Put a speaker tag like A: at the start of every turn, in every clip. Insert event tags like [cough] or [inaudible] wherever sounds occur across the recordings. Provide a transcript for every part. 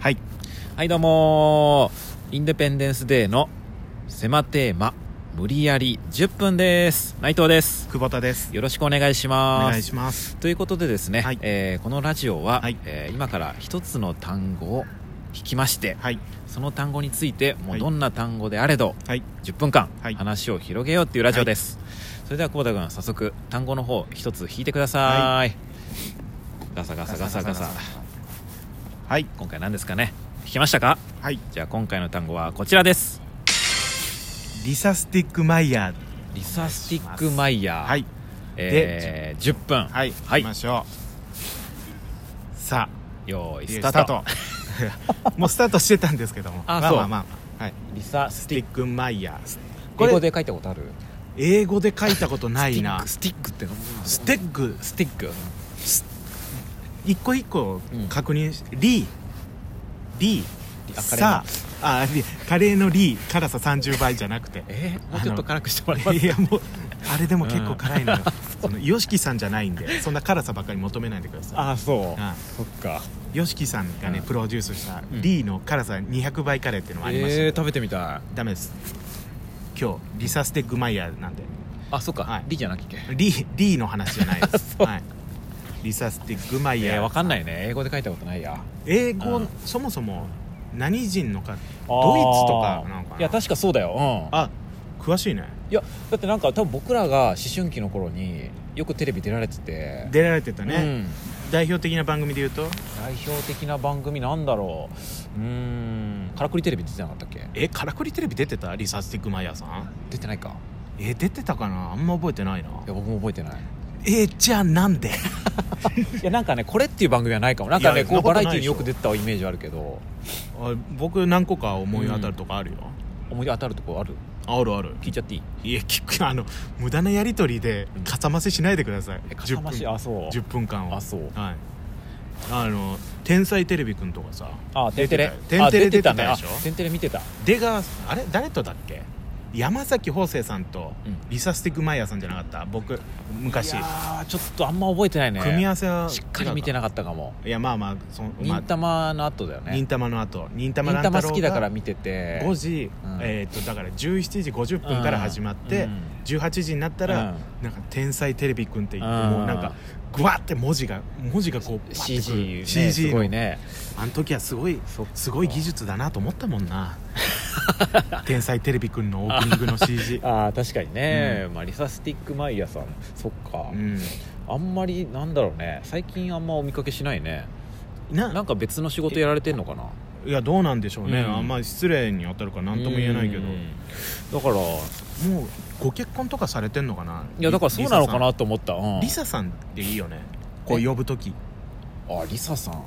A: はい。はい、どうもーインデペンデンスデーの狭テーマ、無理やり10分です。内藤です。
B: 久保田です。
A: よろしくお願いし
B: お
A: ます。
B: 願いします。
A: ということでですね、
B: はい
A: えーこのラジオは、
B: はい
A: えー今から一つの単語を聞きまして、
B: はい。
A: その単語について、も
B: は
A: う
B: い
A: どんな単語であれど、
B: はい。
A: 10分間
B: はい
A: 話を広げようっていうラジオです、それでは久保田君早速単語の方一つ引いてください、ガサガサガサガサ
B: はい。
A: 今回何ですかね引きましたか
B: はい。
A: じゃあ今回の単語はこちらです
B: リサスティックマイヤー。
A: リサスティックマイヤー、
B: はい。
A: えー、10分、
B: はい。
A: はい
B: 行きましょう。さ
A: 用
B: あ、
A: 意
B: ス
A: ス
B: タ
A: タート
B: ート。もうスタート [laughs] してたんですけども。
A: あ
B: ま
A: そう
B: まあまあまあ。はい。
A: リサス
B: ス
A: テ
B: テ
A: ィ
B: ィ
A: ッ
B: ックマイヤー。
A: ク
B: こ
A: 英
B: れ
A: 語で書いたことある
B: 英語で書いたことないな。
A: スティックスティックって
B: スティック。
A: スティック
B: 一個一個
A: うん
B: 確認し、リー。リー。
A: あ
B: さあ、あ、リカレーのリー。辛さ30倍じゃなくて。
A: えー、もうちょっと辛くしてもらえま
B: [laughs]
A: す
B: いやもうあれでも結構辛いのよ、その YOSHIKI さん [laughs] じゃないんでそんな辛さばっかり求めないでくださ
A: あそう
B: あ
A: そっか
B: い YOSHIKI さんがね、
A: うん
B: プロデュースした
A: うん
B: D の辛さ200倍カレーっていうのもありました、
A: えー、食べてみたい
B: ダメです今日リサステックマイヤーなんで
A: あそっか、
B: はい
A: リじゃなきゃいけ
B: D, D の話じゃないで [laughs] す
A: そう
B: はい、リサスティックマイ
A: い
B: ヤー、
A: やわかんないね英語で書いたことないや
B: 英語、
A: うん
B: そもそも何人のか
A: あー
B: ドイツとかなのかない
A: や確かそうだよ、うん、
B: あ詳しいね
A: いやだってなんか多分僕らが思春期の頃によくテレビ出られてて
B: 出られてたね、
A: うん、
B: 代表的な番組で言うと
A: 代表的な番組なんだろううーんからくりテレビ出てなかったっけ
B: えカラクリテレビ出てたリサスティックマイヤーさん
A: 出てないか
B: え出てたかなあんま覚えてないない
A: や僕も覚えてない
B: えじゃあなんで
A: いやなんかねこれっていう番組はないかもなんか
B: い
A: ね
B: や
A: こ
B: そんな
A: うバ
B: こと
A: ラ
B: な
A: エ
B: い
A: ティーによく
B: で
A: 出てたイメージはあるけど
B: [laughs] あ僕何個か思い当たるとこあるよ、
A: 思い当たるとこある
B: あるある
A: 聞いちゃっていい
B: いや聞くあの無駄なやり取りで
A: うん
B: かさ増せしないでください、
A: えかさ増しあそう
B: 10分間を
A: あそう
B: はいあの「天才テレビくん」とかさ
A: あテンテレ
B: 出てたよテ
A: あ
B: ンテレ出てた
A: ね
B: でしょ
A: あテンテレ見てた
B: 出川あれ誰とだっけ山崎邦生さんと
A: うん
B: リサスティックマイヤーさんじゃなかった僕昔
A: いやーちょっとあんま覚えてないね
B: 組み合わせは
A: しっかり見てなかったかも
B: いやまあまあそのまあ
A: 忍たまの後だよね
B: 忍たまの後忍たま
A: 忍
B: 乱
A: た
B: 太郎が
A: ま好きだから見てて
B: 5時、
A: うん
B: えー、とだから17時50分から始まって、
A: うん
B: 18時になったら、なんか「天才テレビくん」って言って、
A: うん
B: もうなんかグワって文字が文字がこうパッてく
A: CG
B: る
A: ね
B: CG
A: す
B: の
A: ごいね
B: あの時はすごい
A: そっか
B: すごい技術だなと思ったもん
A: [laughs]
B: な「天才テレビくん」のオープニングの CG
A: [laughs] ああ確かにね、まあ、リサスティックマイヤーさんそっか、
B: うん
A: あんまりなんだろうね最近あんまお見かけしないね
B: な
A: なんか別の仕事やられてんのかない
B: やどうなんでしょうね、
A: うん
B: あんまり失礼に当たるから何とも言えないけど、
A: うんだから
B: もうご結婚とかされてんのかないい
A: やだからそうなのかなと思ったうん
B: リサさんでいいよねこう呼ぶ時
A: あリサさん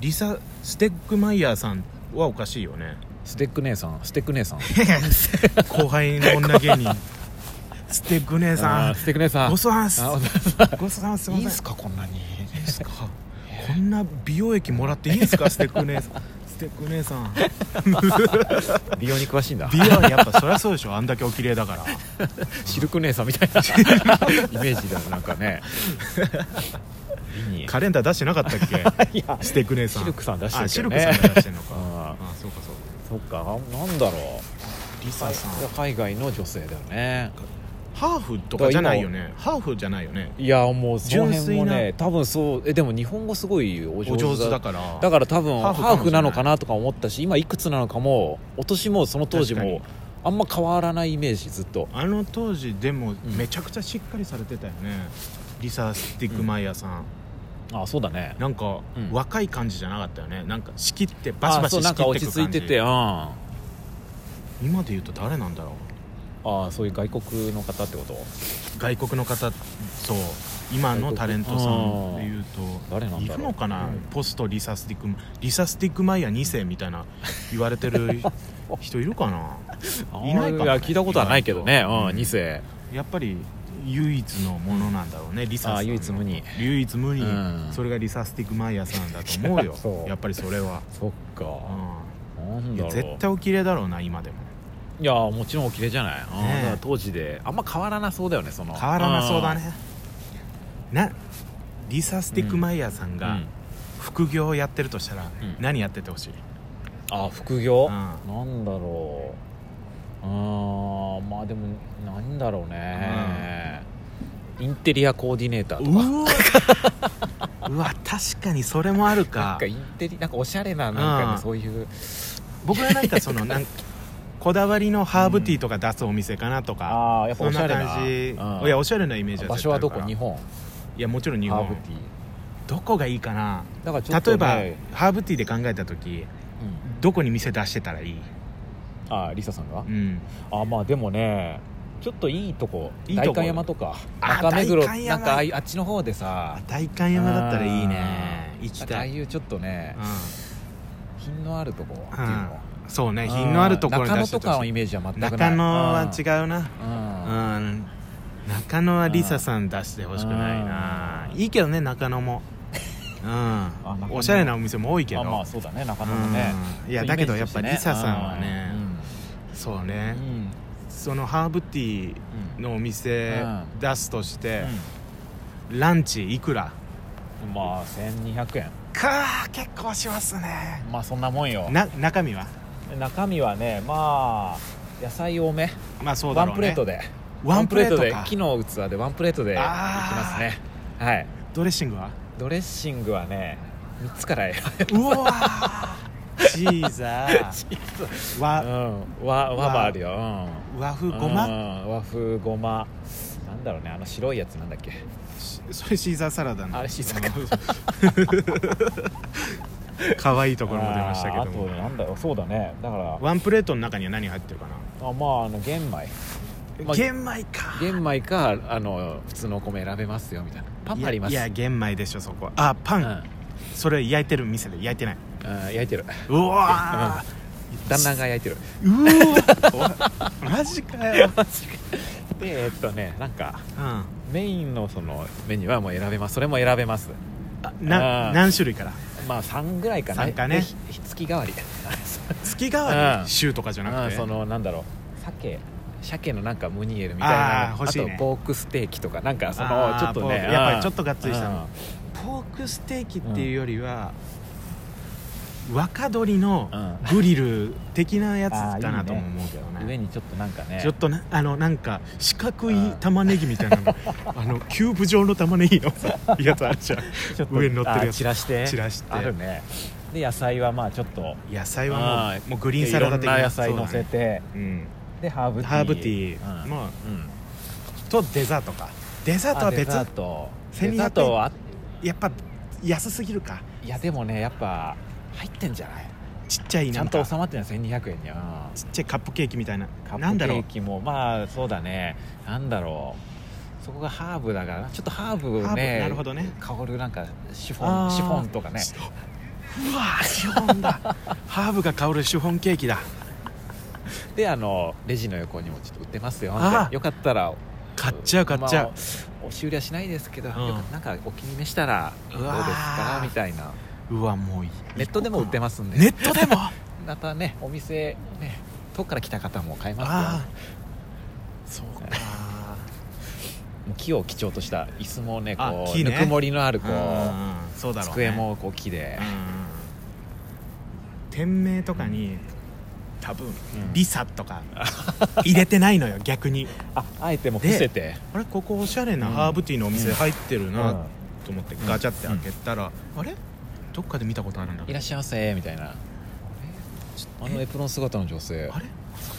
B: リサ・ステックマイヤーさんはおかしいよ
A: [laughs]
B: ね
A: ステック姉さんステック姉さん
B: 後輩の女芸人ステック姉
A: あ
B: さ
A: ーステック姉さ
B: ん
A: ん
B: ごちそうさんす
A: あお
B: ごちそうさんすい
A: いい
B: ま
A: ん
B: せ
A: す
B: ん
A: かこんなに
B: いいっすかこんな美容液もらっていいです
A: [laughs]
B: かステック姉さんステック姉さん
A: 美容に詳しいんだ
B: 美容やっぱそりゃそうでしょあんだけお綺麗だから
A: シルク姉さんみ
B: [laughs]
A: たいなイメージだよなんかね美に
B: カレンダー出してなかったっけ
A: [laughs] いや
B: ステック姉さん
A: シルクさん出して
B: あ
A: るけ
B: シ
A: ど
B: ル
A: ね
B: クさんが出してるのか
A: あ
B: あそうかそうか
A: そっかなんだろう
B: リサさん
A: 海外の女性だよね
B: ハーフとかじゃないよねハーフじゃないよね
A: いやもうその辺も
B: 純粋
A: ね多分そうえでも日本語すごいお上
B: お
A: 手だ
B: 上手だから
A: だから多分
B: ハーフかもし
A: ハ
B: れない
A: ーフなのかなとか思ったし今いくつなのかもお年もその当時
B: 確
A: もあんま変わらないイメージずっと
B: あの当時でも
A: ん
B: めちゃくちゃしっかりされてたよね、リサ・スティックマイヤーさん、
A: あそうだね
B: なんか
A: うん
B: 若い感じじゃなかったよねなんか仕切ってバシバ
A: あそ
B: シ
A: うな
B: 仕
A: んか
B: 切っ
A: 落
B: て
A: ち
B: く
A: 着い
B: 感じ
A: ててうんあ
B: 今で言うと誰なんだろう
A: あそういう外国の方ってこと
B: 外国の方そう今のタレントさんで言うと
A: 誰なん
B: い
A: だ
B: る
A: ろう
B: のかな、
A: うん
B: ポストリサ・スティックリサ・スティックマイヤー2世みたいな言われてる人いるかな
A: あ
B: いないかもね
A: や聞いたことはないけどね
B: 意外と
A: うん
B: うん
A: 2世
B: やっぱり唯一のものなんだろうねリサさん
A: あ唯一無二
B: 唯一無二、
A: うん
B: それがリサ・スティックマイヤーさんだと思うよ
A: そう
B: やっぱりそれ
A: [laughs]
B: は、
A: そっ
B: う
A: か
B: ん
A: なん
B: い
A: だ
B: や
A: ろう
B: 絶対お綺麗だろうな今でも
A: いやもちろんお綺麗じゃない、うん
B: ねえ
A: だから当時であんま変わらなそうだよねその
B: 変わらなそうだねなリサ・スティックマイヤーさん
A: うん、う
B: が
A: ん
B: 副業をやってるとしたら
A: うん
B: 何やっててほしい、
A: あ副
B: う
A: 業、
B: ん
A: なんだろうあーまあでもなんだろうね、インテリアコーディネーターと
B: う
A: か
B: わ [laughs] うわ確かにそれもある
A: なん
B: か
A: かインテリなんかおしゃれななんかね、
B: うん
A: そういう
B: 僕はなんかそのなんこだわりのハーブティーとか出すお店かなとか、
A: ああやっぱ
B: そ
A: お
B: ん
A: しゃ
B: な
A: れな
B: 感じ、
A: うん
B: いやおしゃれなイメージは
A: 場
B: 絶
A: 所
B: 対あ
A: は
B: る
A: ど
B: から
A: こ日本
B: いやもちろん日
A: ハ
B: 本
A: ーブティー
B: どこがいいかな
A: だからちょっと、
B: 例えば、
A: ね
B: ハーブティーで考えた時
A: うん、
B: どこに店出してたらいい、
A: あーリサさんが、
B: うん、
A: あまあでもねちょっといいとこ
B: いいとこ
A: 代官山とか
B: あ
A: 中目黒
B: 代官
A: な
B: 山
A: んかああいうあっちの方でさ
B: あ代官山だったらいいね行き
A: なんかあ
B: た
A: あ
B: い、
A: いうちょっとね
B: う
A: 品のあるとこっていうの
B: ん、そうね品のあるところに
A: 中
B: 出
A: 野
B: して
A: と
B: た
A: かのイメージは全くない
B: 中野は違
A: う、
B: うなうんん中野はリサさん出してほしくないないいけどね中野
A: [laughs]
B: もう
A: 中野も
B: んおしゃれなお店も多いけど
A: あまあそうだね中野もね、
B: うんいやだけどやっぱリサさんはねそう
A: う
B: ね
A: ん、うん
B: そのハーブティーのお店
A: うん
B: 出すとしてランチいくら
A: うんまあ1200円
B: かー結構しますね
A: まあそんなもんよ
B: な中身は
A: 中身はねまあ野菜多め、
B: まあそうだ
A: ワ
B: ろ
A: ン
B: うね
A: プレートで
B: ワンプレート
A: で
B: か
A: 木の器でワンプレートでいきますねはい
B: ドレッシングは
A: ドレッシングはね3つから選べ
B: うわー [laughs] チーザー
A: う
B: 和
A: ん和和もあるよ、うん
B: 和風ご
A: う
B: ま
A: ん和風ごまなんだろうねあの白いやつなんだっけ
B: しそれシーザーサラダの
A: あれシーザー
B: [laughs] 可愛いところも出ましたけ
A: あ
B: ど
A: ーあ
B: も
A: となんだろうそうだねだから
B: ワンプレートの中には何入ってるかな、
A: あまああの玄米まあ
B: 玄米か
A: 玄米かあの普通のお米選べますよみたいなパンあります
B: いやいや玄米でしょそこあパ
A: う
B: ン、
A: ん、
B: それ焼いてる店で焼いてない
A: うん、焼いてる
B: う [laughs] わ
A: 旦那が焼い [laughs] てる
B: ーうーわマジかよ、
A: でえっとねなんか
B: うん、あ
A: メインのそのメニューはもう選べますそれも選べますあ
B: な
A: ー
B: 何種類から
A: まあ3ぐらいかな
B: 三かね
A: でひひ月替わり
B: 月替わ
A: うん
B: り週とかじゃな
A: う
B: く
A: ん
B: て
A: そのなんだろう鮭鮭のなんかムニエルみたいな
B: あー
A: あ
B: 欲しいね
A: とポークステーキとかなんかそ
B: あ
A: の
B: ー
A: ちょっとね
B: ポークやっぱ
A: うん
B: りちょっとがっつりしたの
A: うん
B: ポークステーキっていうよりは、若鶏の
A: うん
B: グリル的なやつ
A: あーいい
B: か
A: ね
B: なとも思うけどね
A: 上にちょっとなんかね
B: ちょっとなあのなんか四角い
A: うん
B: 玉ねぎみたい
A: [laughs]
B: なのあのキューブ状の玉ねぎのさやつあるじゃん
A: ちょっと
B: 上に乗ってるや
A: あー
B: つ
A: 散らして
B: 散らして
A: あるねで野菜はまあちょっと
B: 野菜は
A: あ
B: も
A: ー
B: うもうグリーンサラダ
A: い
B: 的
A: ろんな野菜乗
B: そう
A: せ
B: だね
A: て、
B: うん
A: でハーブティー
B: ハーブティ
A: う
B: ー
A: ん
B: まあ
A: うん
B: とデザートかデザート
A: あ
B: は
A: デ
B: 別
A: ザート
B: 1200
A: デザートは
B: やっぱ安すぎるか
A: いやでもねやっぱ入ってんじゃない
B: ちっちゃい
A: ち
B: な
A: ゃ
B: ん
A: ん
B: か
A: と収まってない1200円には
B: ちっちゃいカップケーキみたいな
A: カ
B: な
A: ッ
B: ん
A: プケ
B: だろう
A: ーキもまあそうだねなんだろうそこがハーブだからちょっとハーブ
B: ハーブ
A: ね
B: なるほどね
A: 香るなんかシフ
B: あ
A: ォン
B: ー
A: シフォンとかね
B: うわーシフォンだ [laughs] ハーブが香るシフォンケーキだ
A: であのレジの横にもちょっと売ってますよ
B: あ
A: っ
B: ー
A: てよかったら
B: 買っちゃう買っちゃう、
A: まあお仕売りはしないですけど、
B: うん
A: よかなんかお気に召したらどう
B: う
A: です
B: わー
A: かみたいな
B: うわもういい
A: ネットでも売ってますんで、
B: ネットでも
A: [laughs] またねお店ね遠くから来た方も買います
B: ああ
A: よ
B: そうか
A: もう木を基調とした椅子もね
B: あ
A: こう
B: 木ね
A: ぬくもりのあるこ
B: う
A: う
B: んそうだろう、ね、
A: 机もこう木で
B: うん、店名とかに、多分、
A: うん
B: リサとか入れてないのよ逆に
A: ああえてもう伏せて
B: あれここおしゃれな
A: うん
B: ハーブティーのお店入ってるな、
A: うん
B: と思ってガチャって開けたら、あれどっかで見たことあるんだ
A: いらっしゃいませみたいなあのエプロン姿の女性
B: あれ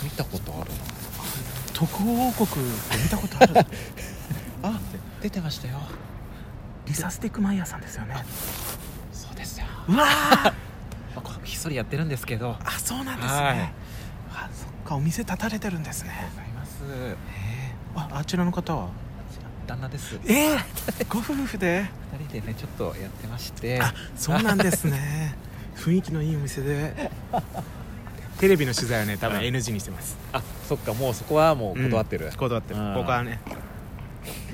A: 見たことあるな
B: 特王国で見たことある
A: [laughs]
B: あ
A: 出てましたよ
B: リサスティックマイヤーさんですよね
A: そうですよ
B: う [laughs] わー
A: まあこひっそりやってるんですけど
B: あそうなんです
A: はい
B: ねあそっかお店立たれてるんですね
A: ございます
B: ああちらの方は
A: 旦那です二
B: えー、ご夫婦で
A: 人でねちょっとやってまして
B: あそうなんです
A: [laughs]
B: ね雰囲気のいいお店でテレビの取材はね多分
A: うん
B: NG にしてます
A: あそっかもうそこはもう断ってる
B: うん断ってる
A: うん
B: ここはね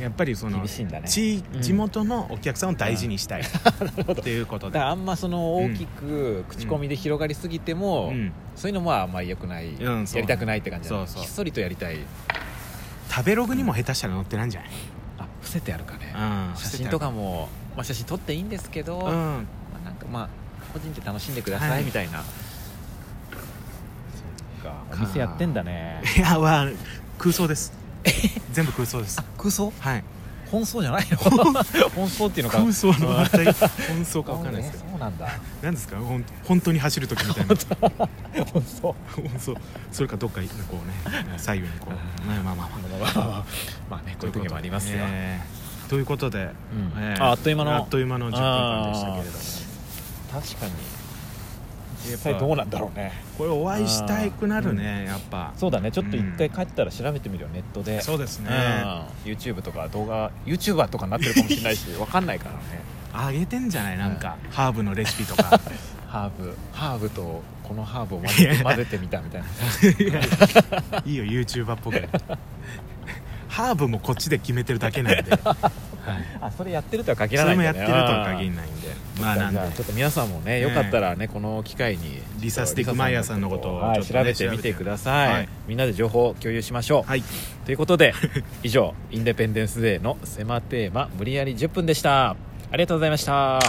B: やっぱりその
A: 厳しいんだね
B: 地
A: うん
B: 地元のお客さんを大事にしたい、
A: [laughs]
B: っていうこと
A: だ
B: で
A: からあんまその大きく口コミで広がりすぎても、
B: うん
A: そういうのもあんまり良くない、
B: うんそう
A: やりたくないって感じだね
B: そうそう
A: ひっそりとやりたい
B: 食べログにも下手したら載ってないんじゃ
A: あ伏せてあるかね、
B: ない、うん、
A: 写真とかも、まあ、写真撮っていいんですけど、
B: うん
A: まあ、なんかまあ個人で楽しんでください、
B: はい
A: みたいなかお店やってんだね
B: いやわ空想
A: [laughs]
B: です全部空想です
A: 空想
B: はい
A: 本想じゃないの [laughs] 本想っていうのか
B: 空想の反
A: [laughs]
B: 対本想か分かんないですけど
A: あそうなんだ
B: 何ですかほん本当に走る時みたいな
A: [laughs] 本想
B: 本当 [laughs] それかどっかこうね左右にこうまあまあまあまあ
A: [laughs] まあねこういう時もありますよ、
B: えーということで、
A: うん
B: えー
A: ああっという間の
B: あっという間の10分間でしたけれども
A: 確かに
B: や
A: 実
B: っぱ
A: 際どうなんだろうね
B: これお会いしたくなるね、やっぱ
A: そうだねちょっと一回帰ったら調べてみるよネットで
B: そうです
A: う
B: ね、
A: ん YouTube とか動画 YouTuber とかになってるかもしれ [laughs] ないしわかんないからね
B: あげてんじゃないなんか、ハーブのレシピと
A: [laughs]
B: か
A: ハーブハーブとこのハーブを混ぜて混ぜてみたみたいない
B: いよ YouTuber っぽくハーブもこっちで決めてるだけ
A: [laughs]
B: なんで、はい
A: あそれやってるとは限
B: そ
A: らな
B: れ
A: いん
B: も
A: だ
B: やっ
A: よ
B: て
A: ね
B: るとは限らないんでまあなん
A: じ
B: で
A: ゃあちょっと皆さんもねよかったらねこの機会に
B: リサスティックマイヤーさんのことを
A: はい
B: ちょっとね
A: 調べてみてください、
B: はい
A: みんなで情報を共有しましょう、
B: はい
A: ということで以上インデペンデンスデーの狭テーマ無理やり10分でしたありがとうございました